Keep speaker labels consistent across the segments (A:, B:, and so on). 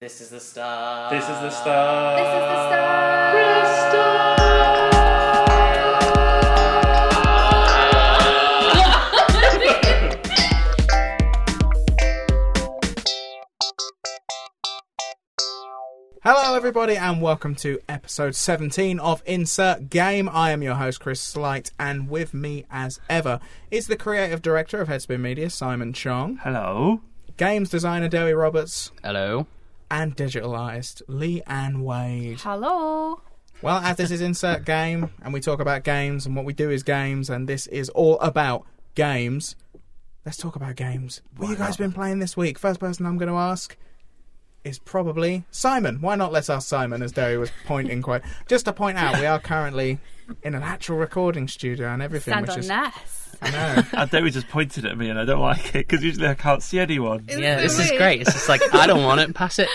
A: This is the stuff.
B: This is the stuff.
C: This is the stuff.
D: Hello, everybody, and welcome to episode 17 of Insert Game. I am your host, Chris Slight, and with me, as ever, is the creative director of Headspin Media, Simon Chong,
B: Hello.
D: games designer, Dewey Roberts,
A: Hello.
D: and digital artist, Lee Ann Wade.
C: Hello.
D: Well, as this is Insert Game, and we talk about games, and what we do is games, and this is all about games, let's talk about games. What you guys been playing this week? First person I'm going to ask is probably Simon. Why not let's ask Simon, as Derry was pointing quite. Just to point out, we are currently in an actual recording studio and everything,
C: Stand
D: which
C: on
D: is.
C: this.
D: I know.
B: And David just pointed at me, and I don't like it because usually I can't see anyone.
A: Yeah, this is
C: Really?
A: great. It's just like I don't want it. Pass it.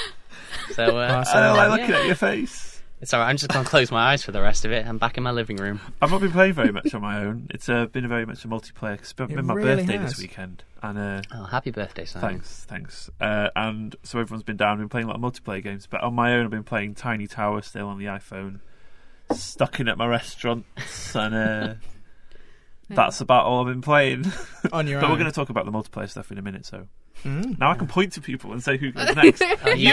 A: So uh,
B: I don't like
C: Yeah.
B: looking at your face.
A: it's alright. I'm just gonna close my eyes for the rest of it. I'm back in my living room.
B: I've not been playing very much on my own. It's uh, been very much a multiplayer. 'cause It's been
D: It
B: my
D: really
B: birthday
D: has.
B: this weekend, and uh,
A: Oh, happy birthday, Simon.
B: thanks, thanks. Uh, and so everyone's been down. I've been playing a lot of multiplayer games, but on my own, I've been playing Tiny Tower still on the iPhone, stuck in at my restaurants, and uh, that's about all I've been playing.
D: on your
B: but we're
D: own.
B: going to talk about the multiplayer stuff in a minute. So
D: Mm.
B: now I can point to people and say who goes next.
A: Oh,
B: you,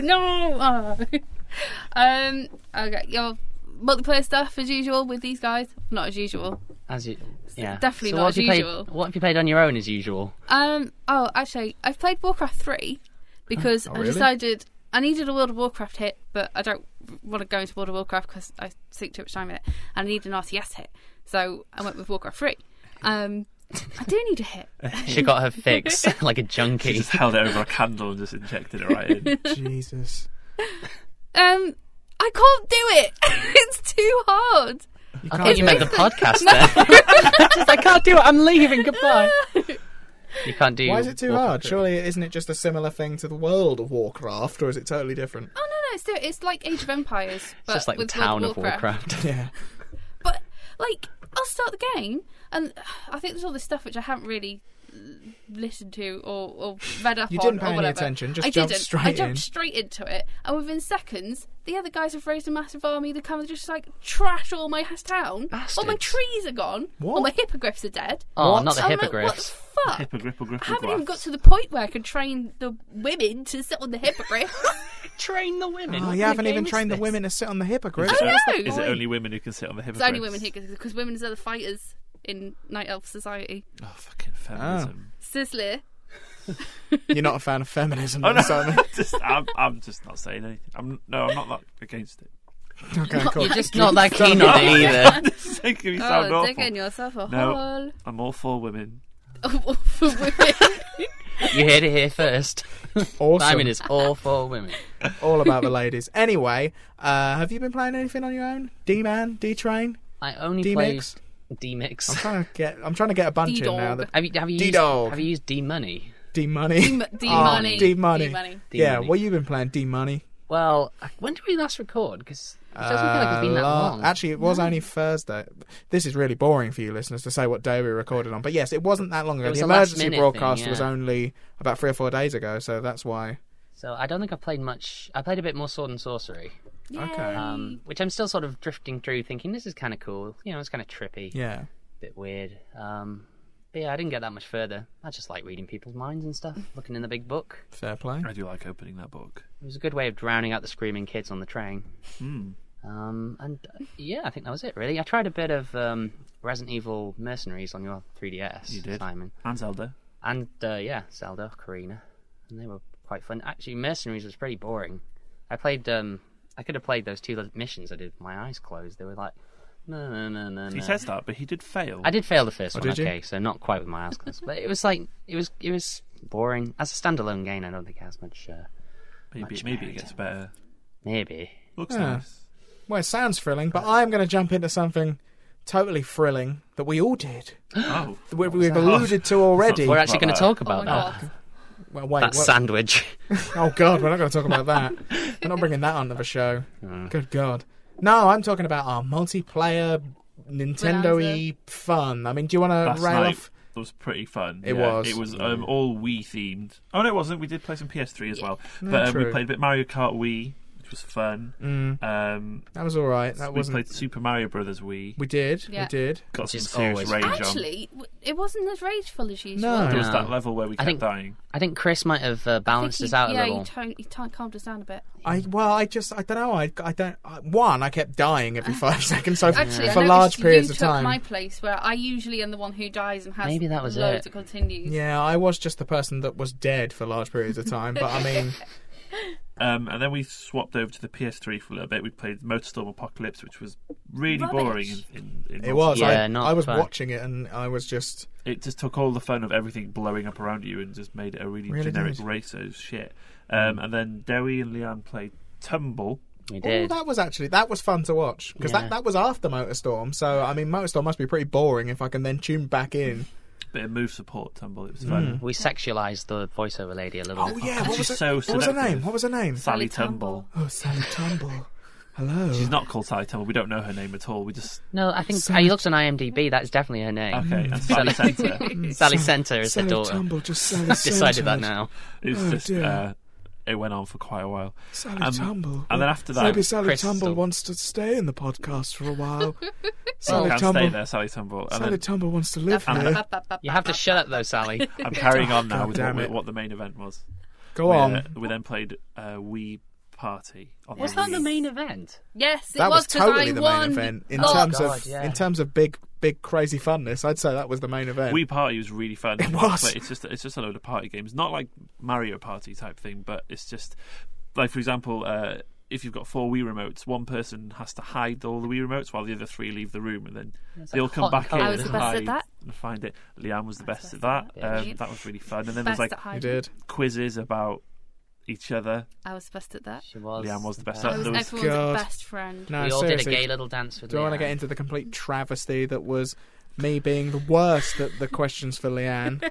C: No, no. Oh. um. Okay. Your multiplayer stuff as usual with these guys. Not as usual.
A: As you, yeah.
C: definitely
A: so
C: not
A: what
C: as
A: have you played-
C: usual.
A: what have you played on your own as usual?
C: Um. Oh, actually, I've played Warcraft three because
D: Oh,
C: I
D: really?
C: decided I needed a World of Warcraft hit, but I don't want to go into World of Warcraft because I think too much time in it. And I need an RTS hit, so I went with Warcraft three. Um. I do need a hit.
A: She got her fix like a
B: She
A: junkie.
B: just held it over a candle and just injected it right in.
D: Jesus.
C: Um. I can't do it. it's too hard.
D: You
A: I
D: can't
A: thought you
D: do
A: meant the
D: it.
A: podcast there. She's like, I can't do it. I'm leaving. Goodbye. You can't do.
D: Why is it too
A: Walk-
D: hard? Surely, isn't it just a similar thing to the World of Warcraft, or is it totally different?
C: Oh no, no, it's still, it's like Age of Empires,
A: It's
C: but
A: just like the
C: with
A: town
C: World
A: of Warcraft.
D: Yeah.
C: But like, I'll start the game, and I think there's all this stuff which I haven't really listened to or, or read up
D: You
C: on.
D: didn't pay
C: or
D: any
C: whatever.
D: attention, just
C: I
D: jumped
C: didn't. I
D: straight
C: jumped
D: in.
C: straight into it, and within seconds, the other guys have raised a massive army. They come and just like trash all my town. All my
A: Bastards.
C: trees are gone.
D: What?
C: All my hippogriffs are dead.
A: Oh, not the
C: I'm like,
A: hippogriffs.
C: what the fuck?
B: Hippogripple, gripple,
C: I haven't even got
B: glass.
C: to the point where I can train the women to sit on the hippogriff.
A: Train the women.
D: Oh, you haven't even trained the women to sit on the hippogriff.
B: Is it-
C: know.
B: Is it only women who can sit on the
C: It's
B: hippogriffs?
C: only women who because women's are the fighters in Night Elf Society.
B: Oh, fucking feminism.
C: Sizzler.
D: You're not a fan of feminism,
B: Oh,
D: then,
B: no.
D: Simon.
B: just, I'm, I'm just not saying anything. I'm, no, I'm not that against it.
D: Okay, cool.
A: You're just not that keen on it either.
B: It's making me sound
C: oh,
B: awful.
C: digging yourself a
B: No. I'm all for women.
C: hole. For
D: Oh,
C: women.
A: You heard it here first.
D: Awesome.
A: Simon is all for women.
D: All about the ladies. Anyway, uh, have you been playing anything on your own? D Man, D Train,
A: I only
D: D
A: play
D: Mix.
A: D mix.
D: I'm trying to get. I'm trying to get a bunch in now.
C: D-Dog.
D: That,
A: Have you have you used,
D: D-Dog.
A: have you used D money?
D: D Money.
C: D
D: Oh,
C: money.
D: D Money.
C: money.
D: Yeah. What you been playing? D Money.
A: Well, when did we last record? Because it doesn't feel like it's been that long.
D: Uh, Actually, it was only Thursday. This is really boring for you listeners to say what day we recorded on, but yes, it wasn't that long ago.
A: It was
D: the
A: a last
D: emergency
A: minute
D: broadcast
A: thing,
D: was
A: yeah.
D: only about three or four days ago, so that's why.
A: so I don't think I've played much. I played a bit more Sword and Sorcery,
D: Okay.
A: um, which I'm still sort of drifting through, thinking this is kind of cool. You know, it's kind of trippy,
D: Yeah.
A: bit weird. Um, but yeah, I didn't get that much further. I just like reading people's minds and stuff, looking in the big book.
D: Fair play.
B: I do like opening that book.
A: It was a good way of drowning out the screaming kids on the train.
B: Hmm.
A: Um, and uh, yeah, I think that was it really. I tried a bit of um, Resident Evil Mercenaries on your 3DS,
B: You did.
A: Simon,
B: And Zelda.
A: and uh, yeah, Zelda, Karina, and they were quite fun. Actually, Mercenaries was pretty boring. I played. Um, I could have played those two little missions I did with my eyes closed. They were like, no, no, no, no.
B: He
A: no.
B: says Oh, that, but he did fail.
A: I did fail the first one.
D: did you?
A: Okay, so not quite with my eyes closed, but it was like it was it was boring as a standalone game. I don't think it has much. Uh,
B: maybe
A: much
B: maybe it
A: merit.
B: gets better.
A: maybe
B: Looks
D: Yeah.
B: nice.
D: Well, it sounds thrilling, but I'm going to jump into something totally thrilling that we all did.
B: Oh.
D: that we- We've alluded to already.
A: we're actually
B: about
A: going to talk
B: that.
C: Oh my
A: about that.
C: god.
D: Well, wait.
A: That
D: what-
A: sandwich.
D: Oh God, we're not going to talk about that. we're not bringing that onto the show. Good God. No, I'm talking about our multiplayer, Nintendo-y fun. I mean, do you want to
B: Last
D: rail
B: night.
D: off?
B: that was pretty fun.
D: It
B: Yeah,
D: was.
B: It was um, all Wii themed. Oh no, it wasn't. We did play some PS3 as well, but um, we
D: true.
B: played a bit Mario Kart Wii, which was fun.
D: Mm,
B: Um,
D: that was all right. That
B: we
D: wasn't.
B: played Super Mario Brothers Wii.
D: We did.
C: Yeah.
D: We did.
B: Got some
A: is
B: serious
A: always-
B: rage on.
C: Actually, w- it wasn't as rageful as usual.
D: No.
B: There was
A: No.
B: that level where we
A: I
B: kept
A: think-
B: dying.
A: I think Chris might have uh, balanced
C: think
A: us
C: he-
A: out a
C: yeah,
A: little.
C: you E tone, you tone calmed us down a bit.
D: I well, I just I don't know. I, I don't. I, one, I kept dying every five seconds. So
C: Actually,
D: for
C: I noticed
D: large periods
C: you
D: of
C: took
D: time.
C: my place where I usually am the one who dies and has
A: Maybe that was
C: loads
A: it.
C: of continues.
D: Yeah, I was just the person that was dead for large periods of time. But I mean,
B: Um, and then we swapped over to the PS3 for a little bit. We played MotorStorm Apocalypse, which was really
C: Rubbish.
B: boring. In, in, in
D: it was. I,
A: Yeah, not
D: I was
A: fun.
D: watching it, and I was just
B: it just took all the fun of everything blowing up around you and just made it a really,
D: Really
B: generic
D: did. Mm.
B: race of shit. Um, and then Dewey and Leanne played Tumble.
A: We
D: Oh,
A: did.
D: that was actually that was fun to watch because
A: Yeah.
D: that, that was after Motorstorm. So I mean, Motorstorm must be pretty boring if I can then tune back in.
B: Bit of move support Tumble. It was fun.
A: We sexualized the voiceover lady a little
D: Oh
A: bit.
D: yeah,
B: God,
D: what was,
B: she's
D: her,
B: so
D: what was her
B: seductive.
D: name? What was her name?
B: Sally Tumble.
D: Oh, Sally Tumble. Hello.
B: She's not called Sally Tumble. We don't know her name at all. We just
A: No, I think I looked on IMDb. That's definitely her name.
B: okay. And Sally Center.
A: Sally Center is
D: Mm, Sally
A: her daughter.
D: Tumble, just Sally
A: I've decided that
D: Sanchez.
A: now.
B: It's
D: Oh,
B: just
D: dear.
B: uh, it went on for quite a while.
D: Sally
B: Um,
D: Tumble.
B: and then after that-
D: maybe Sally
A: Crystal.
D: Tumble wants to stay in the podcast for a while. Sally
B: Can't
D: Tumble.
B: stay there, Sally Tumble. And
D: Sally
B: then
D: Tumble wants to
C: Ba-
D: live
C: ba-
D: here.
C: ba- ba- ba-
A: You have to
C: ba-
A: shut up though, Sally.
B: I'm carrying on now
D: God
B: with
D: damn
B: what,
D: it.
B: what the main event was.
D: Go
B: we, uh,
D: on.
B: we then played uh, Wii Party. On
A: Was
B: the
A: that the
B: Wii.
A: main event?
C: Yes, it
D: that was
C: 'cause
D: totally
C: I
D: the
C: won.
D: main event in
C: Oh,
D: terms
A: God,
D: of
A: yeah.
D: in terms of big big crazy funness. I'd say that was the main event.
B: Wii Party was really fun.
D: It was.
B: But it's just it's just a load of party games, not like Mario Party type thing, but it's just like for example, uh, if you've got four Wii remotes, one person has to hide all the Wii remotes while the other three leave the room, and then they'll
A: like
B: come
A: hot
B: back
A: and
B: in
A: cold.
C: I was
B: and
C: the best at
B: hide
C: that.
B: and find it. Liam was the best at that.
A: that.
B: Um, that was really fun. And then
C: Best
B: there's like
C: at
D: you
C: hiding.
D: did.
B: quizzes about each other.
C: I was best at that.
A: She was.
B: Leanne was the best.
C: I
B: That
C: was
B: was-
C: everyone's
D: God.
C: best friend.
D: No,
A: we all
D: seriously.
A: did a gay little dance uh, with.
D: Do I want to
A: Leanne.
D: get into the complete travesty that was me being the worst at the questions for Leanne?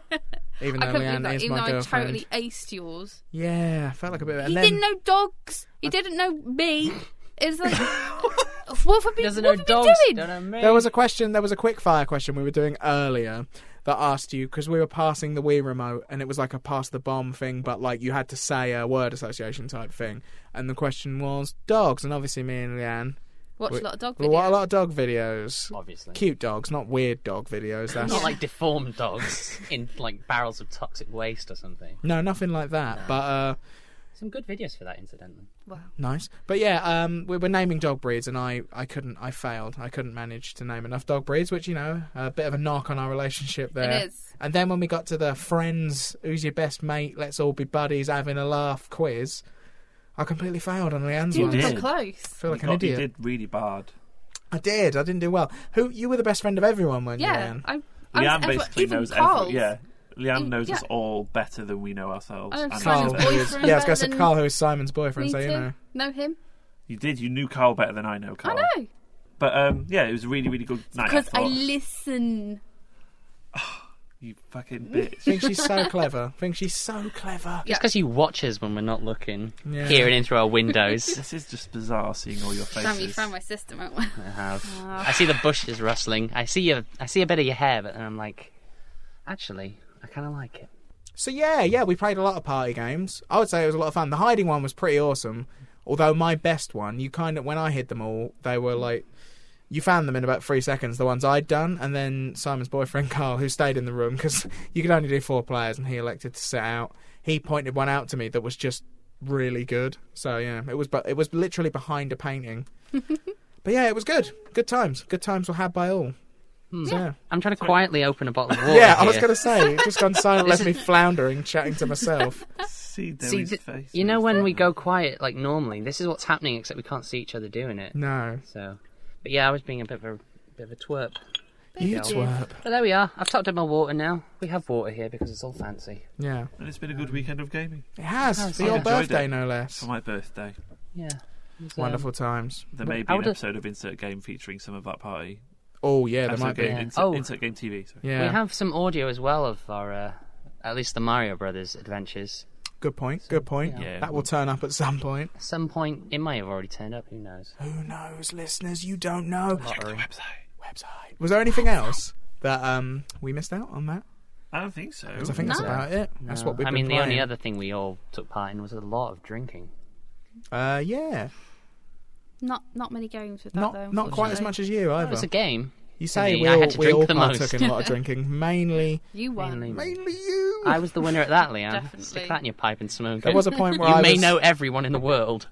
D: Even
C: I
D: though
C: couldn't believe
D: Leanne
C: that,
D: is
C: even
D: my
C: though I
D: girlfriend.
C: totally aced yours.
D: Yeah, I felt like a bit. Of,
C: he
D: and then,
C: didn't know dogs. He didn't know me. Is like, what have we,
A: Doesn't
C: what
A: know
C: have
A: dogs.
C: you doing?
A: Don't know me.
D: There was a question. There was a quick fire question we were doing earlier that asked you because we were passing the Wii remote and it was like a pass the bomb thing, but like you had to say a word association type thing. And the question was dogs, and obviously me and Leanne
C: Watch
D: we-
C: a lot of dog
D: we
C: videos.
D: watch a lot of dog videos.
A: obviously.
D: Cute dogs, not weird dog videos. That's
A: Not like deformed dogs in like barrels of toxic waste or something.
D: no, nothing like that. But uh,
A: Some good videos for that, incidentally.
C: Wow.
D: nice. But yeah, um, we were naming dog breeds, and I, I couldn't, I failed. I couldn't manage to name enough dog breeds, which you know, a bit of a knock on our relationship there.
C: It is.
D: And then when we got to the friends, who's your best mate? Let's all be buddies, having a laugh quiz. I completely failed on Leanne's
C: You
D: one.
B: did.
D: I
C: were close.
D: feel like
B: you,
D: an
B: got- you
D: idiot.
B: did really bad.
D: I did. I didn't do well. Who you were the best friend of everyone, weren't you,
C: Yeah.
D: Leanne?
C: I, I was,
B: Leanne
C: everyone-
B: basically
C: even
B: knows
C: Carl.
B: every. Yeah, Leanne
C: Mm,
B: knows
C: yeah.
B: us all better than we know ourselves.
C: I don't think
B: and each
C: Simon's
B: other.
D: who is-
C: boyfriend
D: yeah, I was going to say
C: better than-
D: Carl, who is Simon's boyfriend,
C: Me
D: so you
C: too.
D: know.
C: Know him?
B: You did. You knew Carl better than I know Carl.
C: I know.
B: But um, yeah, it was a really, really good night.
C: Because I
B: thought.
C: listen.
B: you fucking bitch.
D: think she's so clever. think she's so clever.
A: It's because you watch us when we're not looking,
D: Yeah.
A: peering in through our windows.
B: this is just bizarre seeing all your
C: Damn, you
B: faces.
C: found my system, aren't we?
A: I have.
C: Ah.
A: I see the bushes rustling. I see your. I see a bit of your hair, but then I'm like, actually, I kind of like it.
D: So yeah, yeah, we played a lot of party games. I would say it was a lot of fun. The hiding one was pretty awesome. Although my best one, you kind of when I hid them all, they were like you found them in about three seconds. The ones I'd done, and then Simon's boyfriend Carl, who stayed in the room because you could only do four players, and he elected to sit out. He pointed one out to me that was just really good. So yeah, it was, but it was literally behind a painting. but yeah, it was good. Good times. Good times were had by all.
A: Hmm. Oh,
D: So, yeah.
A: I'm trying to quietly open a bottle of water.
D: Yeah, I was
A: here.
D: going to say, it's just gone silent,
A: This
D: left me floundering, chatting to myself.
B: See
A: See,
B: Dewey's
A: th-
B: face.
A: you know when we go quiet like normally, this is what's happening. Except we can't see each other doing it.
D: No.
A: So, but yeah, I was being a bit of a bit of a twerp.
D: You
A: Yeah.
D: twerp.
A: But there we are. I've topped up my water now. We have water here because it's all fancy.
D: Yeah.
B: And it's been a good weekend of gaming
D: It has. For
A: I've
D: your
B: enjoyed
D: birthday,
B: it.
D: no
B: for
D: less.
B: my birthday.
A: Yeah. It's, um,
D: Wonderful times.
B: There may be
A: I
B: an
A: would've-
B: episode of Insert Game featuring some of that party.
D: Oh, yeah, there
B: Insert
D: might be.
B: Game,
A: Yeah.
B: Insert,
A: Oh.
B: Insert Game TV. Sorry.
D: Yeah.
A: We have some audio as well of our, uh, at least the Mario Brothers adventures.
D: Good point. Good point.
B: Yeah.
D: That will turn up at some point.
A: At some point, it may have already turned up. Who knows?
D: Who knows, listeners? You don't know.
A: Lottery.
D: Website. Was there anything else that um we missed out on that?
B: I don't think so.
D: 'Cause I think that's
C: No.
D: about it. That's what we've
A: Uh, I
D: been
A: mean, the only
D: playing.
A: other thing we all took part in was a lot of drinking.
D: Uh, yeah,
C: Not not many games with that
D: not
C: though.
D: not quite as much
C: unfortunately.
D: as you
A: It
D: either.
A: was a game.
D: You say
A: me,
D: we
A: I
D: all,
A: had to
D: we
A: drink
D: all
A: the most.
D: partook in a lot of drinking, mainly
C: you won.
A: Mainly.
D: mainly you.
A: I was the winner at that, Leanne.
C: Definitely.
A: Stick that in your pipe and smoke
D: there
A: it.
D: was a point where
A: you
D: I
A: may
D: was,
A: know everyone in the world,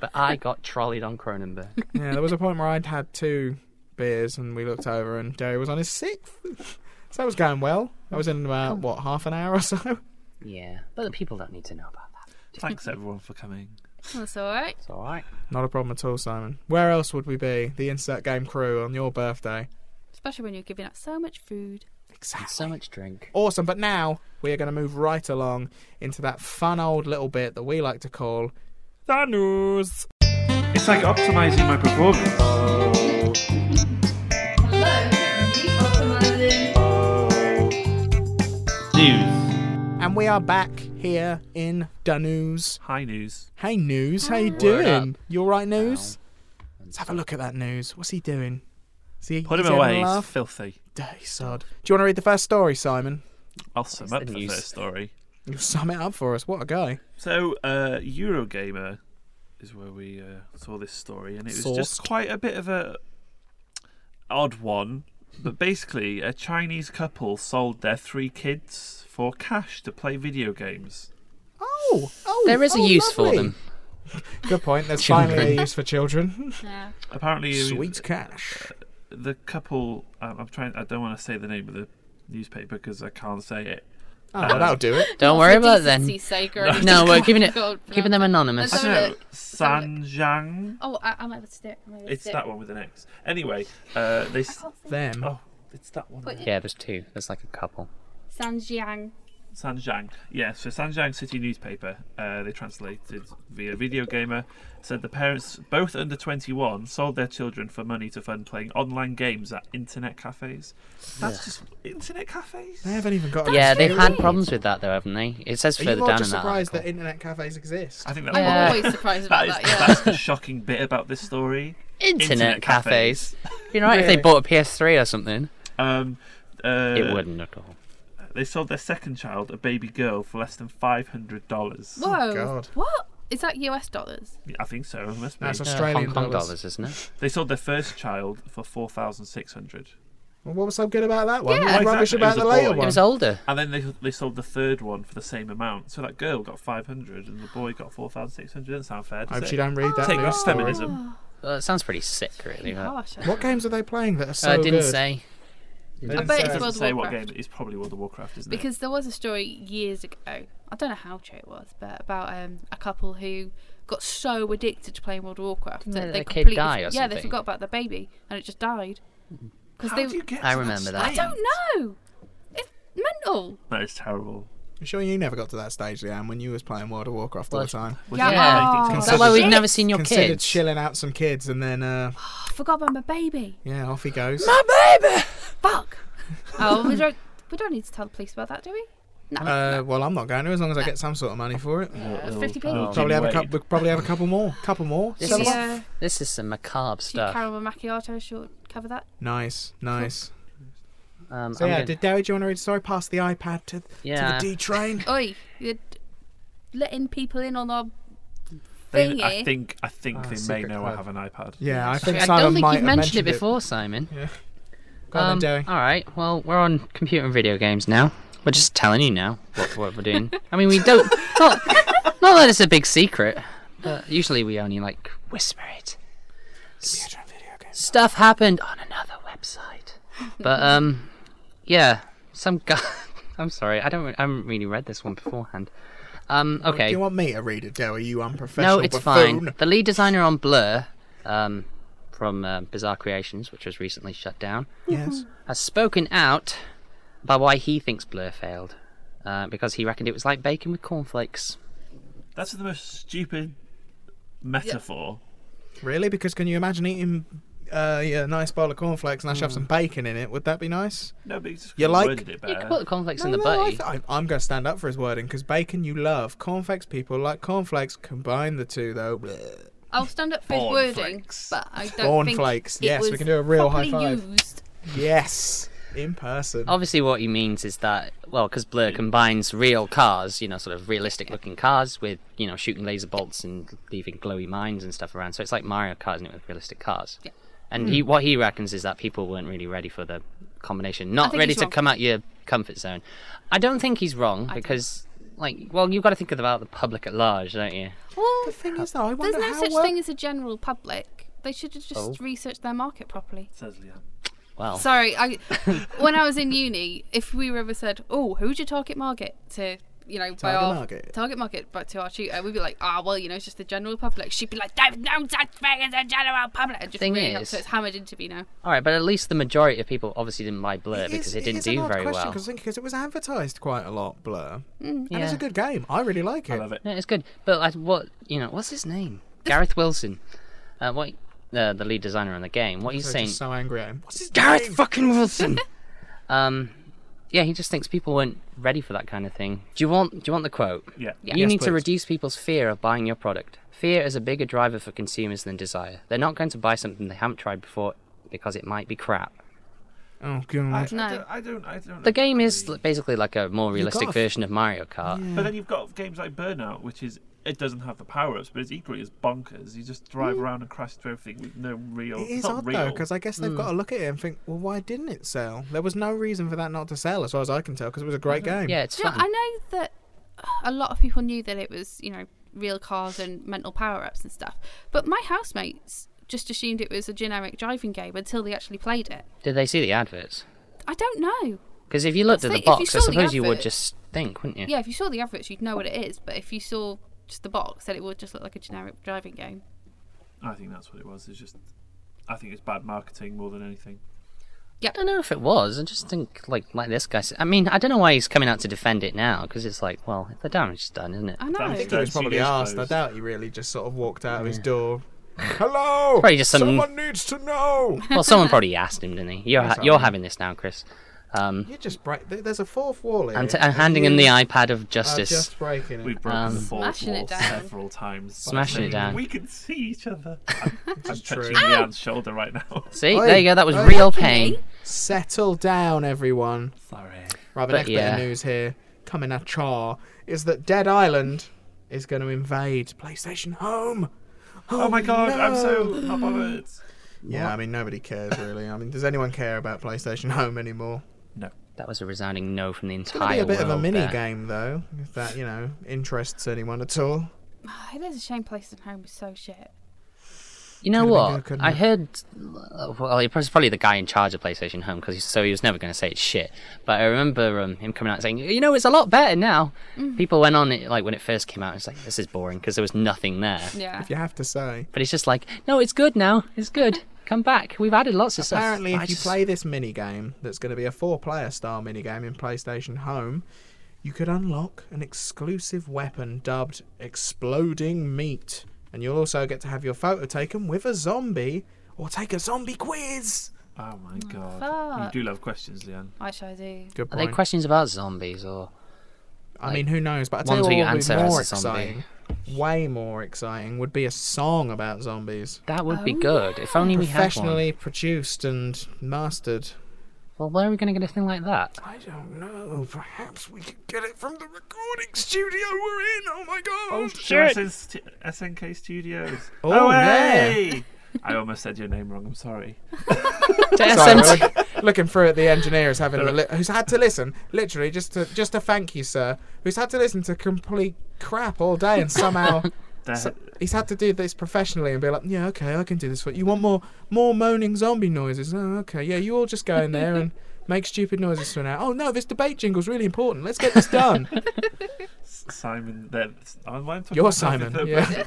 A: but I got trolleyed on Cronenberg.
D: Yeah, there was a point where I'd had two beers and we looked over and Jerry was on his sixth. so that was going well. I was in about what half an hour or so.
A: yeah, but the people don't need to know about that.
B: Thanks everyone for coming.
C: That's all right.
A: It's all right.
D: Not a problem at all, Simon. Where else would we be? The insert game crew on your birthday.
C: Especially when you're giving out so much food.
A: And
D: Exactly.
A: so much drink.
D: Awesome, but now we are going to move right along into that fun old little bit that we like to call the news.
B: It's like optimizing my performance. News.
D: And we are back here in the news.
B: High news.
D: Hey, news, how you
A: Word up.
D: doing? You all right, news? Let's have a look at that news. What's he doing? Is he,
B: Put
D: he's
B: him
D: having
B: away.
D: a
B: He's
D: laugh?
B: filthy.
D: Dirty sod. Do you want to read the first story, Simon?
B: I'll sum
A: the
B: up the
A: news?
B: first story.
D: You sum it up for us. What a guy.
B: So, uh, Eurogamer is where we uh, saw this story, and it was just
D: Sourced.
B: quite a bit of a odd one. But basically, a Chinese couple sold their three kids for cash to play video games.
D: Oh, oh,
A: There is a
D: oh,
A: use for
D: lovely.
A: them.
D: Good point. There's
A: Children.
D: finally a use for children.
C: Yeah.
B: Apparently, it was-
D: Sweet cash.
B: the couple. Um, I'm trying. I don't want to say the name of the newspaper because I can't say it. Uh,
D: Oh, well, that'll do it.
A: Don't worry about it then. No, we're keeping it,
C: God, no.
A: keeping them anonymous.
B: I
C: Let's
B: don't
C: have a
B: know.
C: look. have a
B: Sanjiang.
C: Oh, I, I'm able to do it. I'm able to
B: It's
C: do it.
B: that one with an X. Anyway, uh, they. s-
D: Them.
B: Oh, it's that one. there.
A: Yeah, there's two. There's like a couple.
C: Sanjiang.
B: Sanjiang. Yeah, so Sanjiang City newspaper, uh, they translated via Video Gamer, said the parents, both under 21, sold their children for money to fund playing online games at internet cafes. That's just internet cafes?
D: They haven't even got a
A: yeah, they've had
D: Are
A: problems with that though, haven't they? It says
D: you
A: further
D: more
A: down
D: just
A: in that.
D: surprised that
A: article.
D: internet cafes exist?
B: I think that's,
C: I'm
A: Yeah.
B: what-
C: always surprised
B: that
C: about
B: is,
C: that. Yeah.
B: that's the shocking bit about this story.
A: Internet,
B: Internet
A: cafes.
B: cafes.
A: You know, right, if they
D: Really?
A: bought a PS3 or something,
B: Um, uh,
A: it wouldn't at all.
B: They sold their second child, a baby girl, for less than $500.
C: Whoa.
D: oh, God.
C: What? Is that US dollars?
B: I think so, it must be.
D: That's
A: Uh,
D: Australian
A: Hong Kong
D: dollars.
A: dollars. isn't it?
B: They sold their first child for 4600
D: Well, what was so good about that one?
C: Yeah.
D: What was
B: Well,
D: rubbish
B: exactly, it
D: about
B: was
D: the
B: a
D: later
B: boy.
A: It
D: one?
A: was older.
B: And then they they sold the third one for the same amount. So that girl got 500 and the boy got 4,600. Doesn't sound fair.
D: I
B: Does
D: hope
B: it?
D: she don't read that
B: Take
D: news
B: off
D: story.
C: Oh,
B: feminism.
A: Well, that sounds pretty sick, really. But...
C: Gosh. I-
D: What games are they playing that are so
A: I didn't
D: good?
A: say.
D: They
C: I bet it's
D: say.
B: It doesn't
C: World of
B: say what game.
C: Warcraft.
B: it is. probably World of Warcraft, isn't
C: Because there was a story years ago. I don't know how true it was, but about um, a couple who got so addicted to playing World of Warcraft
A: Didn't
C: that
A: the-
C: they
A: the kid
C: completely
A: die or
C: yeah they
A: something?
C: forgot about the baby and it just died.
B: it?
D: Mm.
C: Because
B: How
C: they
B: do you get
A: I
B: to
A: remember that.
C: I don't know. It's mental.
B: That is terrible.
D: I'm sure you never got to that stage, Leanne, when you was playing World of Warcraft all
A: Well,
D: the time.
B: Was
C: Yeah. Oh.
B: it
C: Yeah.
B: addicting
A: Is
B: to
A: that why
B: the-
A: we've never seen your
D: Considered
A: kids?
D: chilling out some kids, and then uh,
C: I forgot about my baby.
D: yeah, off he goes.
A: Ah,
C: Fuck. oh, we don't. We don't need to tell the police about that, do we?
D: Uh, well, I'm not going to as long as I get some sort of money for it.
B: Little- little-
C: 50p.
B: little
A: Oh.
D: Probably have
B: Jim
D: a
B: Wade.
D: couple. Probably have a couple more. Couple more.
A: This
D: Sell
A: is-
D: them off.
C: yeah.
A: This is some macabre stuff.
C: Caramel macchiato should cover that.
D: Nice, nice.
A: Um,
D: So
A: I'm
D: yeah,
A: gonna-
D: did Derry? Do you want to read? Sorry, pass the iPad to,
A: Yeah.
D: to the D train.
C: Oi, you're d- letting people in on our
B: They-
C: thingy.
B: I think, I think
D: Ah,
B: they may
D: secret
B: know I
D: club.
B: have an iPad.
D: Yeah, I think
A: I
D: Simon
A: don't think
D: might
A: you've
D: have
A: mentioned it
D: mentioned
A: before, Simon.
D: Go on,
A: Um,
D: then, Derry.
A: all right. Well, we're on computer and video games now. We're just telling you now what, what we're doing. I mean, we don't. Not, not that it's a big secret. But usually we only like whisper it. S-
D: Computer and video games.
A: stuff happened on another website. But um, yeah, some guy. I'm sorry, I don't. re- I haven't really read this one beforehand. Um,
D: Do
A: okay.
D: you want me to read it, Derry? You unprofessional
A: No, it's
D: buffoon.
A: fine. The lead designer on Blur, um, from uh, Bizarre Creations, which was recently shut down,
D: Yes.
A: has spoken out about why he thinks Blur failed. Uh, because he reckoned it was like bacon with cornflakes.
B: That's the most stupid metaphor.
D: Really? Because can you imagine eating uh, yeah, a nice bowl of cornflakes and I shove some bacon in it? Would that be nice?
B: No, but you just
D: You
B: could've
D: like-
B: worded it
A: You
B: better.
A: could put the cornflakes in the
D: No, no, I
A: butty.
D: th- I- I'm going to stand up for his wording because bacon you love. Cornflakes people like cornflakes. Combine the two though. Bleh.
C: I'll stand up for his
B: Born
C: wording,
B: flakes.
C: but I don't
D: Born
C: think
D: flakes.
C: it
D: Yes, we
C: was
D: can do a real high
C: properly
D: five.
C: Used.
D: Yes. in person.
A: Obviously, what he means is that well, because Blur combines real cars, you know, sort of realistic-looking cars with you know shooting laser bolts and leaving glowy mines and stuff around. So it's like Mario Kart, isn't it, with realistic cars?
C: Yeah.
A: And
D: Hmm.
A: he, what he reckons is that people weren't really ready for the combination, not
C: think
A: ready
C: he's
A: to
C: wrong.
A: come out your comfort zone. I don't think he's wrong because, like, well, you've got to think about the public at large, don't you?
C: Well,
D: The thing is, though, I
C: there's
D: wonder
C: no
D: how
C: such
D: well-
C: thing as a general public. They should have just
A: Oh.
C: researched their market properly.
B: Says Liam.
A: Well,
C: Sorry, I, when I was in uni, if we were ever said, "Oh, who's your target market?" to you know, by
D: Target
C: our
D: market.
C: target market, but to our tutor, we'd be like, "Ah, well, you know, it's just the general public." She'd be like, "There's no such thing as a general public." And just
A: Thing
C: really helped,
A: is-
C: so it's hammered into me now.
A: all right, but at least the majority of people obviously didn't buy Blur because
D: is-
A: it didn't
D: is an
A: do
D: odd
A: very
D: question,
A: well.
D: Because it was advertised quite a lot, Blur. And it's
A: Yeah.
D: a good game. I really like
B: I
D: it.
B: love it.
A: No, it's good. But like, what you know, what's his name? Gareth Wilson. Uh, what uh, the lead designer on the game? What he's
D: So
A: saying?
D: just so angry at him. What's his
A: Gareth
D: name?
A: fucking Wilson. um, yeah, he just thinks people weren't ready for that kind of thing. Do you want? Do you want the quote?
B: Yeah.
C: Yeah.
A: You
D: Yes,
A: need
D: please.
A: to reduce people's fear of buying your product. Fear is a bigger driver for consumers than desire. They're not going to buy something they haven't tried before because it might be crap.
D: Oh god.
C: No.
B: I, don't, I don't.
A: The game is l- basically like a more realistic
D: gotta f-
A: version of Mario Kart.
D: Hmm.
B: But then you've got games like Burnout, which is it doesn't have the power ups, but it's equally as bonkers. You just drive around and crash through everything with no real.
D: Hmm. It
B: it's
D: is
B: not
D: odd
B: real.
D: though, because I guess
A: Hmm.
D: they've got to look at it and think, well, why didn't it sell? There was no reason for that not to sell, as far as I can tell, because it was a great game.
A: Mm-hmm. Yeah, it's
C: Do you know,
A: fun.
C: I know that a lot of people knew that it was, you know, real cars and mental power ups and stuff. But my housemates just assumed it was a generic driving game until they actually played it.
A: Did they see the adverts?
C: I don't know.
A: Because if you looked at the
C: That's the- if you
A: box, I
C: saw the
A: suppose you would
C: adverts-
A: just think, wouldn't you?
C: Yeah, if you saw the adverts, you'd know what it is. But if you saw just the box, then it would just look like a generic driving game.
B: I think that's what it was. It's just, I think it's bad marketing more than anything.
A: I don't know if it was. I just think like like this guy. s- I mean, I don't know why he's coming out to defend it now because it's like, well, the damage is done, isn't it?
C: I know.
B: That
D: I think he was
B: Don't see
D: probably
B: these
D: asked. I
B: clothes.
D: doubt he really just sort of walked out of his door. Hello.
A: Probably just some-
D: Someone needs to know.
A: well, someone probably asked him, didn't he? You're ha-
D: That's
A: you're
D: alright.
A: having this now, Chris. Um,
D: You just break. there- There's a fourth wall here.
A: I'm, t- I'm handing him the
D: You
A: iPad of
D: are
A: justice.
D: Uh, Just breaking it.
B: We've broken
A: Um,
B: the fourth
C: Smashing it
B: wall
C: down.
B: several times. by
A: Smashing it
B: saying,
A: down.
B: We can see each other. I'm, I'm
D: true.
B: touching Leanne's shoulder right now.
A: See,
D: Oi,
A: there you go. That was
D: oi.
A: real pain.
D: Settle down, everyone.
B: Sorry.
D: Right,
A: But
D: the next
A: yeah.
D: bit of news here, coming at char, is that Dead Island is going to invade PlayStation Home.
B: Oh, my god, I'm so
D: no.
B: not bothered.
D: Yeah, I mean, nobody cares really. I mean, does anyone care about PlayStation Home anymore?
A: That was a resounding no from the
D: It's going to
A: entire
D: be a bit of a
A: world
D: mini
A: there.
D: game, though, if that, you know, interests anyone at all.
C: It is a shame PlayStation Home was so shit.
A: You know
D: Could've been
A: what?
D: good, couldn't
A: I
D: it?
A: heard. Well, he was probably the guy in charge of PlayStation Home because so he was never going to say it's shit. But I remember um, him coming out saying, "You know, it's a lot better now."
C: Mm.
A: People went on it like when it first came out. It's like this is boring because there was nothing there.
C: Yeah.
D: If you have to say.
A: But it's just like, no, it's good now. It's good. Come back. We've added lots of stuff.
D: Apparently,
A: I
D: if you
A: just-
D: play this mini game, that's going to be a four-player style mini game in PlayStation Home, you could unlock an exclusive weapon dubbed "Exploding Meat," and you'll also get to have your photo taken with a zombie or take a zombie quiz.
B: Oh my god.
C: fuck.
B: You do love questions, Leanne.
C: I shall do.
D: Good
A: are they
D: point.
A: questions about zombies or?
D: I mean, who knows? But I tell
A: ones where
D: you what
A: you
D: would
A: answer
D: be
A: as
D: more
A: a zombie.
D: exciting, way more exciting, would be a song about zombies,
A: That would be
C: Oh,
A: good. If only we had one.
D: professionally produced and mastered.
A: Well, where are we going to get a thing like that?
D: I don't know. Perhaps we could get it from the recording studio we're in. Oh my god!
B: SNK Studios.
D: Oh,
B: hey! I almost said your name wrong. I'm sorry.
A: To
D: Sorry,
A: SNT
D: we're looking, looking through at the engineers having a li- who's had to listen literally just to just to thank you, sir. Who's had to listen to complete crap all day and somehow
B: There-
D: so- he's had to do this professionally and be like, yeah, okay, I can do this. For you. you want more more moaning zombie noises? Oh, okay, yeah. You all just go in there and make stupid noises for an hour. Oh no, this debate jingle's really important. Let's get this done.
B: Simon, there. Oh, why am I talking
D: You're
B: about
D: Simon.
B: Simon,
D: Yeah.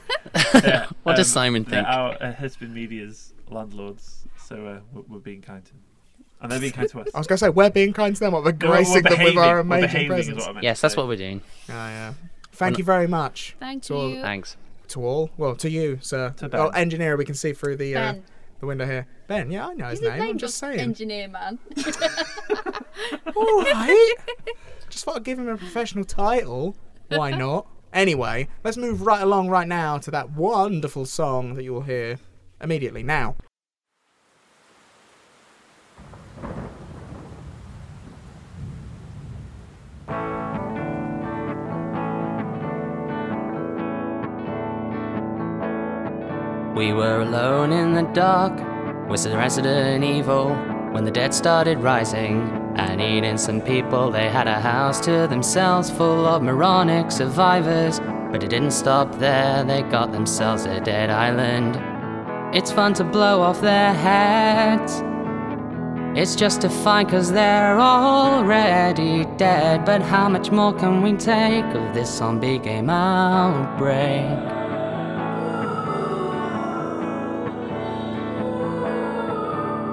B: They're,
A: What does Simon
B: um, they're
A: think?
B: Our uh, husband media's landlords, so uh, we're, we're being kind to them, and they're being kind to us.
D: I was gonna say we're being kind to them, but we're
B: No, we're- we're
D: gracing them with
B: behaving-
D: our
B: we're
D: amazing
B: behaving is
D: presence.
B: what I meant
A: Yes,
B: to
A: that's
B: say.
A: what we're doing.
D: Oh yeah. Thank you very much.
C: Thank
D: It's all-
C: you.
A: Thanks.
D: to all. Well, to you, sir.
B: To
D: Well,
B: Ben.
D: engineer, we can see through the uh,
C: Ben.
D: the window here. Ben, yeah, I know his, name. I'm just saying.
C: Engineer man.
D: all right. just thought I'd give him a professional title. Why not? Anyway, let's move right along right now to that wonderful song that you'll hear immediately now.
A: We were alone in the dark with the Resident Evil when the dead started rising and eating some people. They had a house to themselves full of moronic survivors, but it didn't stop there. They got themselves a dead island. It's fun to blow off their heads. It's justified cause they're already dead. But how much more can we take of this zombie game outbreak?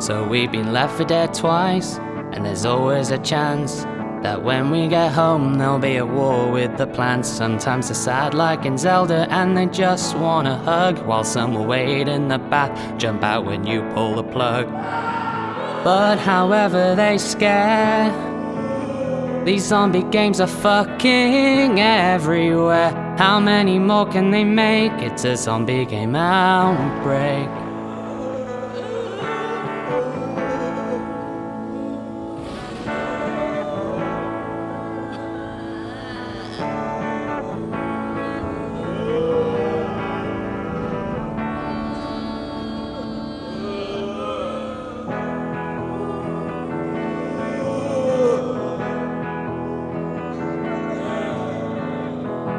A: So we've been left for dead twice, and there's always a chance that when we get home there'll be a war with the plants. Sometimes they're sad like in Zelda, and they just wanna hug, while some will wait in the bath, jump out when you pull the plug. But however they scare, these zombie games are fucking everywhere. How many more can they make? It's a zombie game outbreak.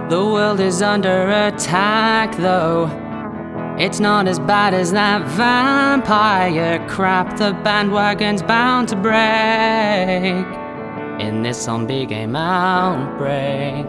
A: The world is under attack, though. It's not as bad as that vampire crap. The bandwagon's bound to break in this zombie game outbreak.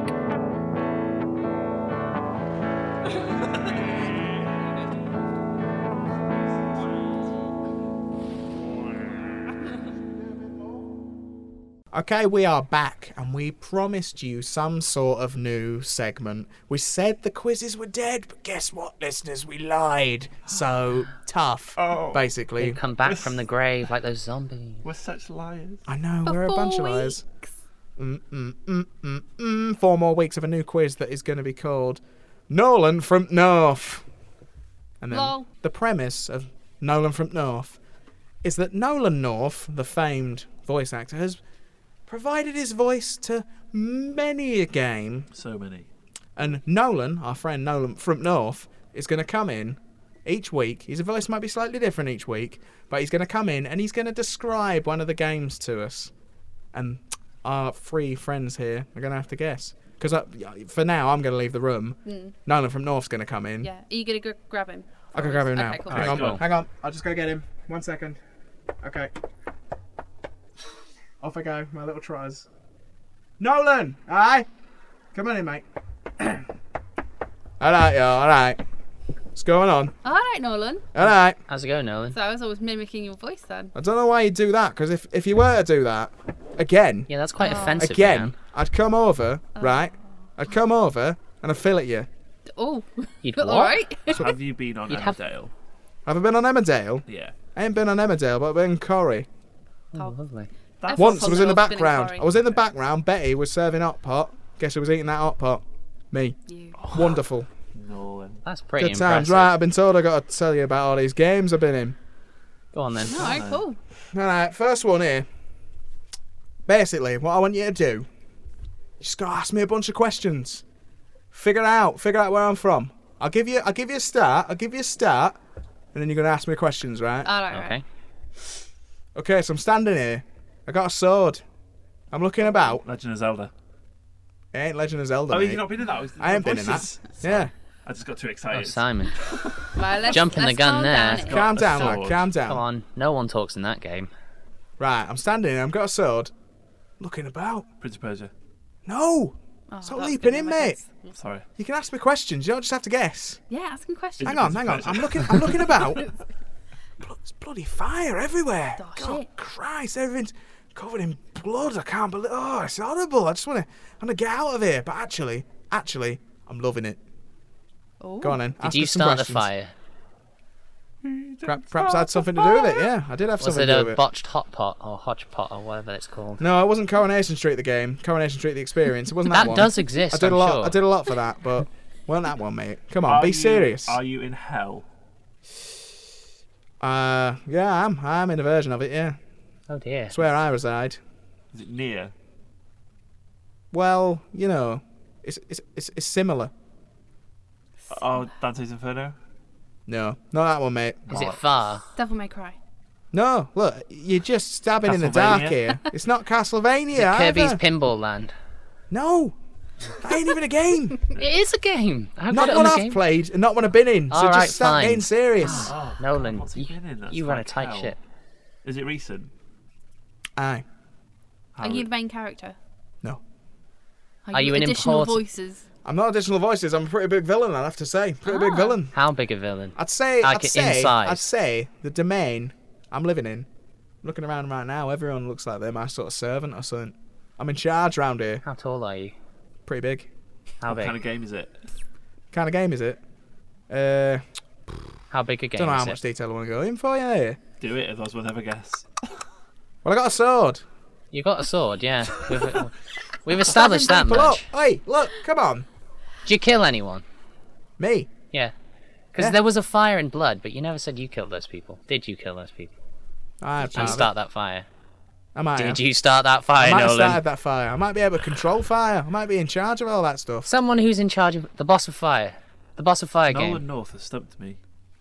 D: Okay, we are back, and we promised you some sort of new segment. We said the quizzes were dead, but guess what, listeners? We lied. So tough,
B: Oh.
A: They
D: basically.
A: come back from the grave like those zombies.
B: We're such liars.
D: I know we're a
C: Four
D: bunch of liars.
C: weeks.
D: Mm, mm, mm, mm, mm. Four more weeks of a new quiz that is going to be called Nolan from North. And then
C: Lol.
D: the premise of Nolan from North is that Nolan North, the famed voice actor, has provided his voice to many a game
B: So many.
D: And Nolan, our friend Nolan from North, is going to come in each week. His voice might be slightly different each week, but he's going to come in and he's going to describe one of the games to us. And our three friends here are going to have to guess. Because for now, I'm going to leave the room. Nolan from North's going to come in.
C: Yeah. Are you gonna go grab him?
D: I can grab him now.
C: Okay, cool.
D: Hang
B: Alright,
D: on,
B: cool.
D: hang on. I'll just go get him. One second. Okay. Off I go. My little tries. Nolan, aye. Come on in, mate. all right, y'all. All right. What's going on?
C: All right, Nolan.
D: All right.
A: How's it going, Nolan?
C: So I was always mimicking your voice then.
D: I don't know why you do that. Because if if you were to do that again,
A: Yeah, that's quite offensive.
D: again,
A: man.
D: I'd come over,
C: Uh.
D: right? I'd come over and I'd fill at you.
C: Oh.
A: You'd
C: All
A: what?
C: right.
B: Have you been on
A: You'd have-
B: Emmerdale?
D: Have I been on Emmerdale?
B: Yeah.
D: I ain't been on Emmerdale, but I've been in Corrie.
A: Oh, lovely.
C: I've
D: Once I
C: also
D: was in the
C: been
D: background.
C: quarry.
D: I was in the background. Betty was serving hot pot. Guess who was eating that hot pot? Me.
C: You.
D: Wonderful.
B: Nolan.
A: That's Oh, pretty
D: Good
A: impressive.
D: times. Right, I've been told i got to tell you about all these games I've been in.
A: Go on then.
C: All right, cool.
D: All right, first one here. Basically, what I want you to do, you just got to ask me a bunch of questions. Figure out, figure out where I'm from. I'll give you, I'll give you a start. I'll give you a start, and then you're gonna ask me questions, right?
A: Uh.
C: All right. all right.
A: Okay.
D: okay, so I'm standing here. I got a sword. I'm looking about.
B: Legend of Zelda.
D: It ain't Legend of Zelda.
B: Oh,
D: mate.
B: you've not been in that? was-
D: I ain't been in
B: voices.
D: Yeah.
B: I just got too
A: Oh,
B: excited.
A: Simon.
C: Well, let's,
A: Jumping the
C: let's
A: gun
C: calm
A: there.
C: down
A: It's
C: here.
B: got-
D: Calm
B: a
D: down, lad.
B: sword.
D: Calm down.
A: Come on. No one talks in that game.
D: Right, I'm standing here, I've got a sword. Looking about.
B: Prince of Persia.
D: No!
C: Oh,
D: Stop
C: that's
D: leaping
C: gonna
D: in,
C: make
D: mate.
C: us-
B: Sorry.
D: You can ask me questions, you don't just have to guess.
C: Yeah, asking questions.
D: Hang on, hang on. I'm looking I'm looking about. Blo- There's bloody fire everywhere.
C: Oh,
D: God
C: shit.
D: Christ, everything's covered in blood. I can't believe oh, it's horrible. I just wanna wanna get out of here. But actually, actually, I'm loving it.
C: Oh.
D: Go on then.
A: Did you start the fire?
D: Perhaps, perhaps I had something to do with it, yeah. I did have
A: Was
D: something
A: it
D: to do
A: a
D: with it.
A: botched hot pot or hodge pot or whatever it's called?
D: no, it wasn't Coronation Street the game. Coronation Street the experience. It wasn't that,
A: That
D: one.
A: does exist.
D: I did
A: am
D: a lot.
A: Sure.
D: I did a lot for that, but wasn't that one, mate? Come on,
B: Are
D: be
B: you-
D: serious.
B: Are you in hell?
D: Uh, yeah, I'm. I'm in a version of it. Yeah,
A: Oh dear.
D: it's where I reside.
B: Is it near?
D: Well, you know, it's it's it's, it's similar.
B: Oh, Dante's Inferno?
D: No, not that one, mate.
A: Is it far?
C: Devil May Cry.
D: No, look, you're just stabbing in the dark
B: Castlevania.
D: here. It's not Castlevania.
A: Kirby's
D: either.
A: Pinball Land.
D: no, that ain't even a game.
A: It is a game. I got
D: not
A: it on
D: one
A: the
D: I've
A: game.
D: played, and not one I've been in. So
A: All right,
D: just stop
A: fine.
D: getting serious.
B: Oh,
A: Nolan,
B: what's
A: you-
B: it been in? That's
A: you run a
B: like
A: tight
B: hell.
A: ship.
B: Is it recent?
D: Aye,
C: Are you the main character?
D: no.
A: Are you an
C: additional
A: important-
C: voices?
D: I'm not additional voices. I'm a pretty big villain. I'll have to say, pretty big
C: Ah.
D: villain.
A: How big a villain?
D: I'd say,
A: Like
D: I'd say,
A: inside.
D: I'd say the domain I'm living in. Looking around right now, everyone looks like they're my sort of servant or something. I'm in charge round here.
A: How tall are you?
D: Pretty big.
A: How
B: What
A: big?
B: kind of game is it?
D: Kind of game is it? Uh,
A: How big a game
D: don't know
A: is
D: how
A: it?
D: much detail I want to go in for you.
B: Do it, otherwise we'll never guess.
D: Well, I got a sword.
A: You got a sword, yeah. We've, we've
D: Stabbing
A: established that
D: people
A: much.
D: Up. Hey, look, come on,
A: Did you kill anyone?
D: me.
A: Yeah. Because
D: Yeah.
A: there was a fire and blood, but you never said you killed those people. Did you kill those people?
D: I
A: Did you start that fire?
D: I might. have.
A: Did you start that fire,
D: I might have
A: Nolan?
D: started that fire. I might be able to control fire. I might be in charge of all that stuff.
A: Someone who's in charge of the boss of fire. The boss of fire
B: Nolan
A: game.
B: North has stumped me.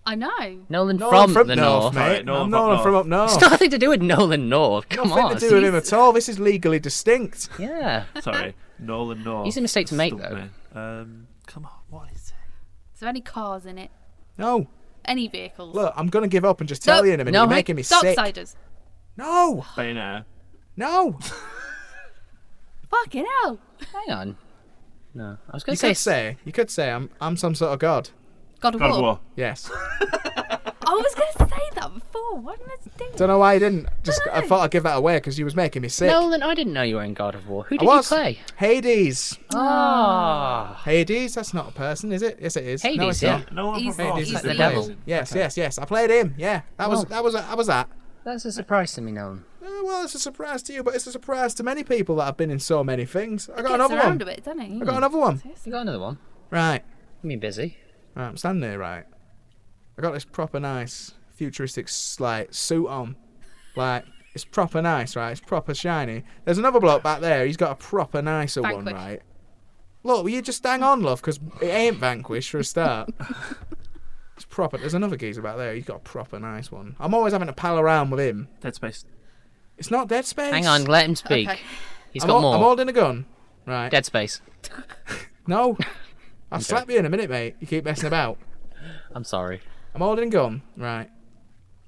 C: I know.
A: Nolan
D: No,
A: from,
D: I'm from
A: the
D: north,
A: north.
D: mate.
B: Alright, Nolan
D: I'm
B: from
D: Nolan
B: north.
D: from up north.
A: It's nothing to do with Nolan North. Come
D: Nothing
A: on.
D: to do with him
A: he's-
D: at all. This is legally distinct.
A: Yeah.
B: Sorry, Nolan North.
A: He's a mistake to make,
B: stumped
A: though.
B: me. Um, come on, what is it?
C: Is there any cars in it?
D: No,
C: Any vehicles?
D: look, I'm gonna give up and just tell
C: Nope.
D: you in a minute.
A: No,
D: You're
A: mate.
D: making me sick.
C: Darksiders.
D: No,
B: Bayonetta.
D: no.
C: Fucking hell.
A: Hang on. No. I was going
D: you
A: to say,
D: could say, you could say, I'm, I'm some sort of god.
C: God of,
B: God
C: War.
B: of War.
D: Yes.
C: I was going to say that before. What an idiot.
D: Don't know why you didn't. Just I
C: Dunno.
D: thought I'd give that away because you was making me sick.
A: Nolan, I didn't know you were in God of War. Who
D: I
A: did you
D: was. Ah.
A: play?
D: Hades.
A: Oh.
D: Hades. That's not a person, is it? Yes, it is. no,
A: Hades,
D: it's
A: yeah.
D: not.
B: Nolan
C: He's-
B: from North.
C: he's
B: is
A: Oh, the
B: it?
A: devil.
B: Amazing.
D: Yes, yes, yes. I played him. Yeah, that was
A: Whoa.
D: that was I was that.
A: That's a surprise to me, Nolan.
D: Uh, well, it's a surprise to you, but it's a surprise to many people that have been in so many things. I got
C: Gets
D: another one.
C: around a bit, doesn't he?
D: I got another one.
A: You got another one?
D: Right.
A: Me busy.
D: Right, I'm standing there, right? I got this proper nice futuristic s- like suit on. Like it's proper nice, right? It's proper shiny. There's another bloke back there. He's got a proper nicer one,
C: Vanquish.
D: right? Look, will you just hang on, love, because it ain't Vanquish for a start. it's proper. There's another geezer back there. He's got a proper nice one. I'm always having to pal around with him.
B: Dead Space.
D: It's not Dead Space.
A: Hang on, let him speak.
C: Okay.
A: He's
D: I'm,
A: got
D: hol-
A: more.
D: I'm holding a gun. Right.
A: Dead Space.
D: No. I'll slap you in a minute, mate. You keep messing about.
A: I'm sorry.
D: I'm holding gun, right?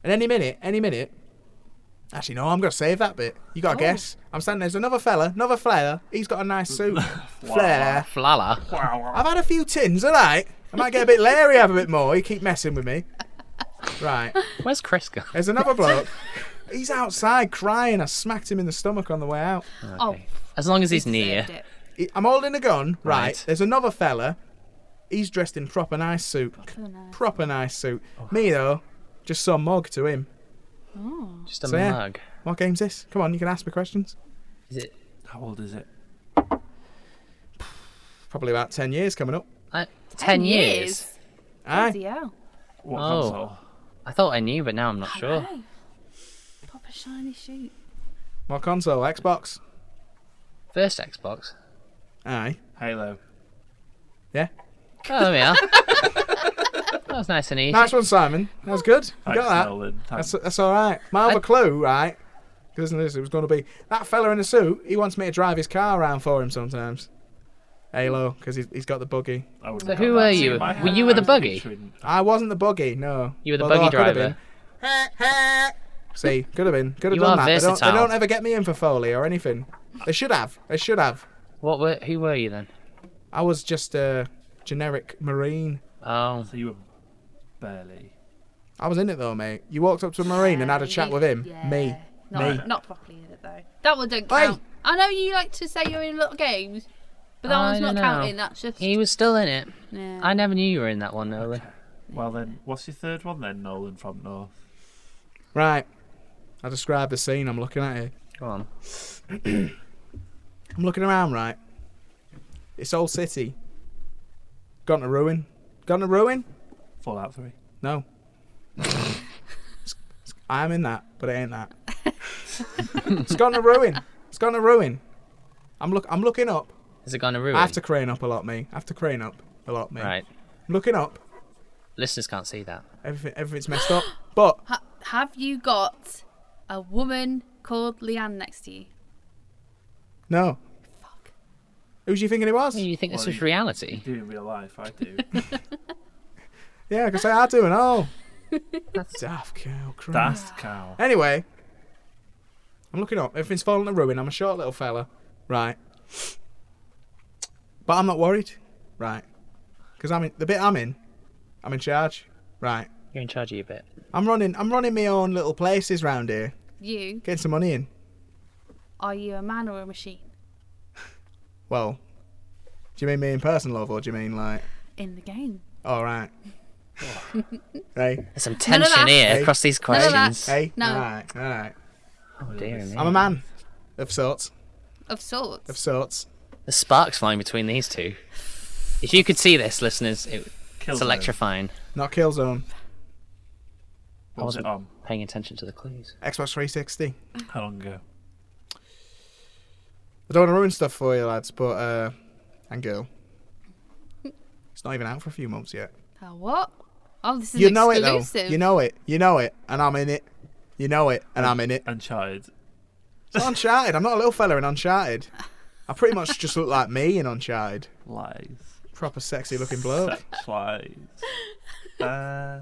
D: And any minute, any minute. Actually, no, I'm gonna save that bit. You gotta guess. I'm standing. There's another fella, another flair. He's got a nice suit. flair.
A: Flala.
D: I've had a few tins, all right. I might get a bit leery, have a bit more. You keep messing with me. Right.
A: Where's Chris gone?
D: There's another bloke. He's outside crying. I smacked him in the stomach on the way out.
C: Oh,
A: As long as he's near.
C: deserved it.
D: He- I'm holding a gun, right?
A: Right.
D: There's another fella. He's dressed in proper nice suit.
C: Proper nice.
D: Proper nice suit. Me though, just some mug to him.
A: Just a
D: So, yeah.
A: mug.
D: What game's this? Come on, you can ask me questions.
A: Is it?
B: How old is it?
D: Probably about 10 years coming up.
A: I, uh, ten years.
D: Aye.
C: Bloody hell.
B: What
A: Oh.
B: console?
A: I thought I knew, but now I'm not sure.
C: Hey. Proper shiny sheet.
D: What console? Xbox?
A: First Xbox.
D: Aye.
B: Halo.
D: Yeah.
A: Oh, there we are. that was nice and easy.
D: Nice one, Simon. That was good. You
B: Thanks,
D: got that.
B: Nolan. Thanks.
D: That's, that's all right. My other
A: I-
D: clue, right? Isn't this? It was going to be that fella in the suit. He wants me to drive his car around for him sometimes. Halo, because he's, he's got the buggy.
B: I wouldn't
A: So
B: have
A: who
B: got
A: were
B: that.
A: you?
B: See, my
A: Were
B: head-
A: you with
B: I
A: the
B: was
A: buggy?
B: picturing-
D: I wasn't the buggy, no.
A: You were the
D: Although
A: buggy
D: I could have
A: driver.
D: been. See, could have been. Could have
A: You
D: done
A: are
D: that. They don't, they
A: versatile.
D: don't ever get me in for Foley or anything. They should have. They should have.
A: What were? Who were you then?
D: I was just a generic marine.
A: Oh,
B: So you were barely.
D: I was in it though, mate. You walked up to a marine and had a chat with him.
C: Yeah.
D: Me.
C: Not,
D: Me.
C: Not properly in it though. That one don't count. I know you like to say you're in a lot of games, but that
A: I
C: one's not
A: dunno.
C: counting. That's just.
A: he was still in it.
C: Yeah.
A: I never knew you were in that one, Nolan.
B: Well then, what's your third one then, Nolan from North?
D: Right. I described the scene. I'm looking at it.
A: Go on.
D: I'm looking around, right? This old city. Gone to ruin. Gone to ruin?
B: Fallout 3.
D: No. I'm in that, but it ain't that. it's gone to ruin. It's gone to ruin. I'm look. I'm looking up.
A: Is it going to ruin?
D: I have to crane up a lot, me. I have to crane up a lot, me.
A: Right.
D: I'm looking up,
A: Listeners can't see that.
D: Everything, everything's messed up. But
C: Ha- have you got a woman called Leanne next to you?
D: no,
C: Fuck.
D: who was you thinking it was?
A: You think this
B: Well,
A: was
B: you-
A: reality?
B: do in real life. I do.
D: Yeah, I can say I do and all. Daft cow, crap.
B: Dast cow.
D: Anyway, I'm looking up. Everything's falling to ruin. I'm a short little fella, right? But I'm not worried, right? Because I'm in the bit I'm in. I'm in charge, right?
A: You're in charge of your bit.
D: I'm running. I'm running my own little places round here,
C: You
D: getting some money in.
C: are you a man or a machine
D: Well, do you mean me in person, love, or do you mean like?
C: in the game?
D: All right. hey,
A: There's some
C: None of
A: tension
C: that.
A: here
D: Hey.
A: across these
C: None of that.
A: questions.
D: hey.
C: No.
D: All right, all right.
A: Oh dear me.
D: I'm a man, of sorts,
C: Of sorts.
D: of sorts.
A: The sparks flying between these two. If you could see this, listeners, it,
B: Kills
A: it's
B: them.
A: electrifying.
D: Not Killzone.
B: What was it on?
A: Paying attention to the clues.
D: Xbox 360.
B: How long ago?
D: I don't want to ruin stuff for you, lads, but uh, and girl, it's not even out for a few months yet.
C: Uh, what? Oh, this is
D: you know
C: exclusive.
D: it though. You know it. You know it, and I'm in it. You know it, and I'm in it.
B: Uncharted.
D: It's Uncharted. I'm not a little fella in Uncharted. I pretty much just look like me in Uncharted.
B: Lies.
D: Proper sexy looking bloke.
B: Sex lies. Uh,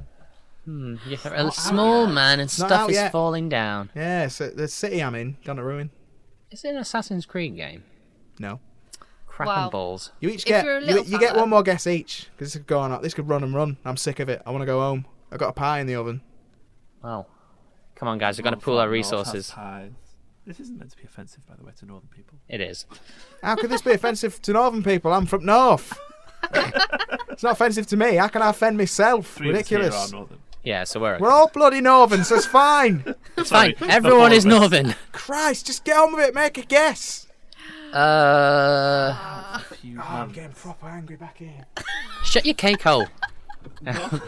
A: Hmm. You're a small man and
D: not
A: stuff
D: out
A: is
D: yet.
A: falling down.
D: Yeah, so the city I'm in, gonna ruin.
A: Is it an Assassin's Creed game?
D: No.
A: Crap
C: Wow.
A: and balls.
D: You each
C: If
D: get
C: you're a
D: you,
C: little
D: you get
C: fella.
D: one more guess each because this could go on. This could run and run. I'm sick of it. I want to go home. I got a pie in the oven.
A: Well, come on, guys. We've got to
B: North
A: pool our
B: North has
A: resources.
B: pies. This isn't meant to be offensive, by the way, to northern people.
A: It is.
D: How could this be offensive to northern people? I'm from north. it's not offensive to me. How can I offend myself?
B: Three of us here
D: Ridiculous.
B: Are northern.
A: Yeah, so we're,
D: We're all bloody northern, so it's fine.
A: it's fine.
B: Sorry,
A: Everyone
B: the
A: is
B: four of us.
A: northern.
D: Christ, just get on with it. Make a guess.
A: Uh,
B: Few
D: Oh, I'm
B: hands.
D: getting proper angry back here.
A: shut your cake hole.
B: Well,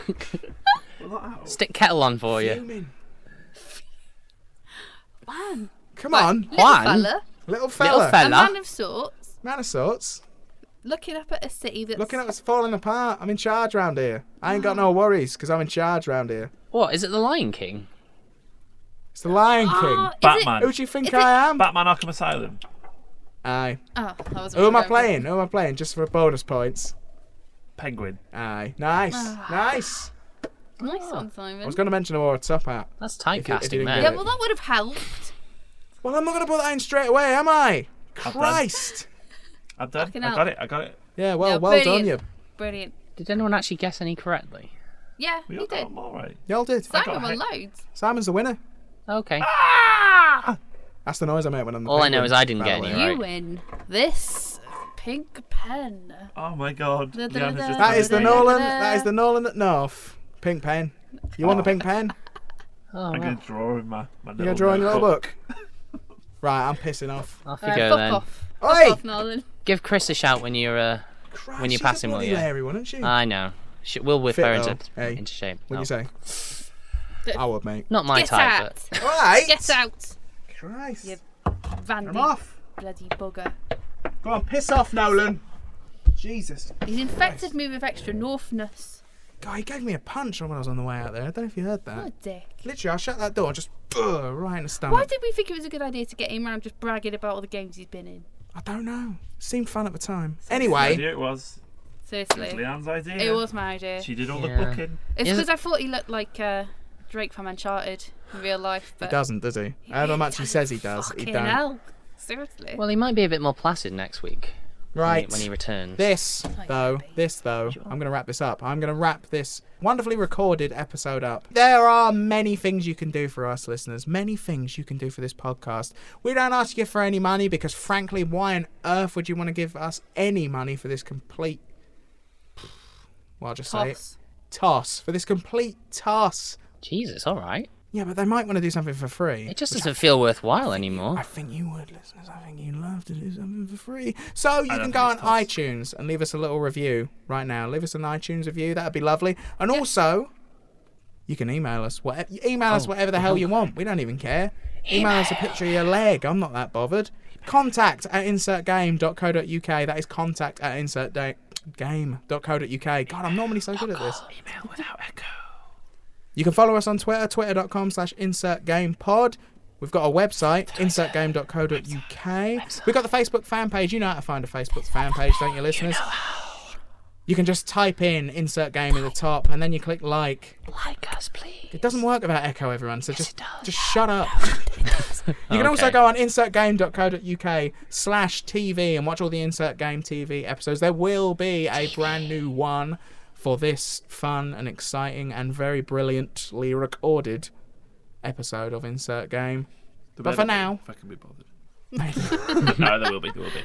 B: not out.
A: Stick kettle on
D: Oh,
A: for you.
D: Fuming.
C: Man.
D: Come
C: Right,
D: on,
C: Little
A: Juan?
C: fella.
D: little fella,
A: Little
C: A man
A: fella.
C: of sorts.
D: man of sorts.
C: Looking up at a city that's
D: Looking at us falling apart. I'm in charge round here. I ain't got no worries because I'm in charge round here.
A: What is it? The Lion King?
D: It's the Lion
C: Oh,
D: King.
C: is
B: Batman.
D: Who do you think
C: Is
D: I am?
B: Batman Arkham Asylum.
D: Aye.
C: It... Oh, that was
D: Who am I playing? Who am I playing? Just for bonus points.
B: Penguin.
D: Aye. Nice. nice.
C: Nice one,
D: I
C: Simon.
D: was going to mention I wore a top hat.
A: Oh, That's
D: If you- if you
A: typecasting,
D: didn't
A: man.
D: get
C: Yeah,
D: it.
C: well, that would have helped.
D: Well, I'm not going to put that in straight away, am I?
B: done.
D: Christ.
B: I'm done.
C: Fucking
B: I
C: hell.
B: got it. I got it.
D: Yeah, well,
C: Yeah,
D: well done,
C: brilliant.
D: you.
C: Brilliant.
A: Did anyone actually guess any correctly?
C: Yeah,
B: We
C: you
B: all
C: did.
B: got them all right.
D: Y'all did.
B: got
C: Simon
B: a
C: won
B: hit.
C: loads.
D: Simon's the winner.
A: Okay.
C: Ah.
D: That's the noise I make when I'm the
A: All I
D: penguin,
A: know is I didn't
D: by the
A: get
D: way.
A: any.
C: You
A: Right.
C: win this pink pen.
B: Oh my god.
C: Da, da,
B: Leanne has
C: da,
B: just
C: da,
D: That is the
B: done it.
D: Nolan. That is the Nolan at North. Pink pen. You want the
B: Oh.
D: pink pen?
A: Oh,
B: I'm going
A: well.
B: to draw in my, my
D: You're
B: little
D: drawing a little
B: notebook.
D: book. Right, I'm pissing off.
A: Off you
C: Alright,
A: go
C: Uh, fuck
A: then.
C: off.
D: Oi!
C: Off, Nolan.
A: Give Chris a shout when you're. Uh,
D: Oh, Christ,
A: When you
D: she's
A: pass
D: a
A: him, Uh, will
D: bloody
A: you?
D: Larry, wasn't she?
A: I know. Sh we'll whip
D: Fit
A: her
D: though,
A: into,
D: eh?
A: into shape.
D: What do
A: Oh.
D: you say?
C: But-
D: I would, mate.
A: Not my
C: Get
A: type,
C: out.
A: but
D: All right.
C: Get out.
D: Christ.
C: Yep. Vandy.
D: I'm off.
C: Bloody bugger.
D: Go on, piss off, Nolan. Jesus.
C: He's infected me with extra northness.
D: God, he gave me a punch when I was on the way out there. I don't know if you heard
C: What a
D: that.
C: dick.
D: Literally, I shut that door and just uh, right in the stomach.
C: Why did we think it was a good idea to get him around just bragging about all the games he's been in?
D: I don't know. Seemed fun at the time.
B: The
D: Anyway,
B: idea it was. It was
C: Seriously.
B: Leanne's idea.
C: It was my idea.
B: She did all
A: Yeah.
B: the booking.
C: It's
A: Is
C: because I thought he looked like uh, Drake from Uncharted in real life.
D: he
C: But
D: doesn't, does he? I don't know much he says he does. He
C: Fucking
D: don't.
C: hell. Seriously.
A: well, he might be a bit more placid next week when he-
D: Right.
A: when he returns.
D: This
C: yeah,
D: though,
C: babe.
D: this though, I'm gonna wrap this up. I'm gonna wrap this wonderfully recorded episode up. There are many things you can do for us listeners, many things you can do for this podcast. We don't ask you for any money because frankly, why on earth would you want to give us any money for this complete well I'll just say it.
C: Toss.
D: Toss. For this complete toss.
A: Jesus, all right.
D: Yeah, but they might want to do something for free.
A: It just doesn't feel worthwhile
D: I
A: anymore.
D: think you would, listeners. I think you'd love to do something for free. So you can
B: think
D: go on
B: it's possible.
D: iTunes and leave us a little review right now. Leave us an iTunes review. That'd be lovely. And also, you can email us. Whatever, email
B: Oh.
D: us whatever the hell you want. We don't even care. Email, us a picture of your leg. I'm not that bothered. Contact at insertgame.co.uk. That is contact at insert game.co.uk. God, I'm normally so good at this.
B: Email without echo.
D: You can follow us on Twitter, twitter.com slash insertgamepod. We've got a website, insertgame.co.uk. We've got the Facebook fan page. You know how to find a Facebook fan page, don't you, listeners? You can just type in insert game in the top and then you click like.
E: Like us, please.
D: It doesn't work without echo, everyone, so just,
E: does.
D: just shut up. You can also
A: Okay.
D: go on insertgame.co.uk slash TV and watch all the Insert Game TV episodes. There will be a brand new one for this fun and exciting and very brilliantly recorded episode of Insert Game. But for now-
B: if I can be bothered. no, there will be. There will be.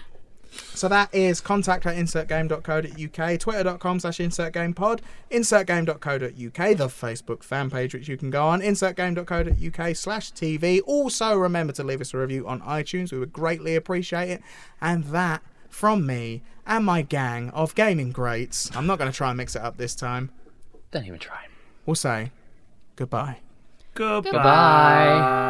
D: So that is contact at insertgame.co.uk, twitter.com slash insertgamepod, insertgame.co.uk, the Facebook fan page which you can go on, insertgame.co.uk slash TV. Also remember to leave us a review on iTunes, we would greatly appreciate it. And that from me and my gang of gaming greats. I'm not going to try and mix it up this time.
A: Don't even try.
D: We'll say goodbye.
B: Goodbye.
A: Bye.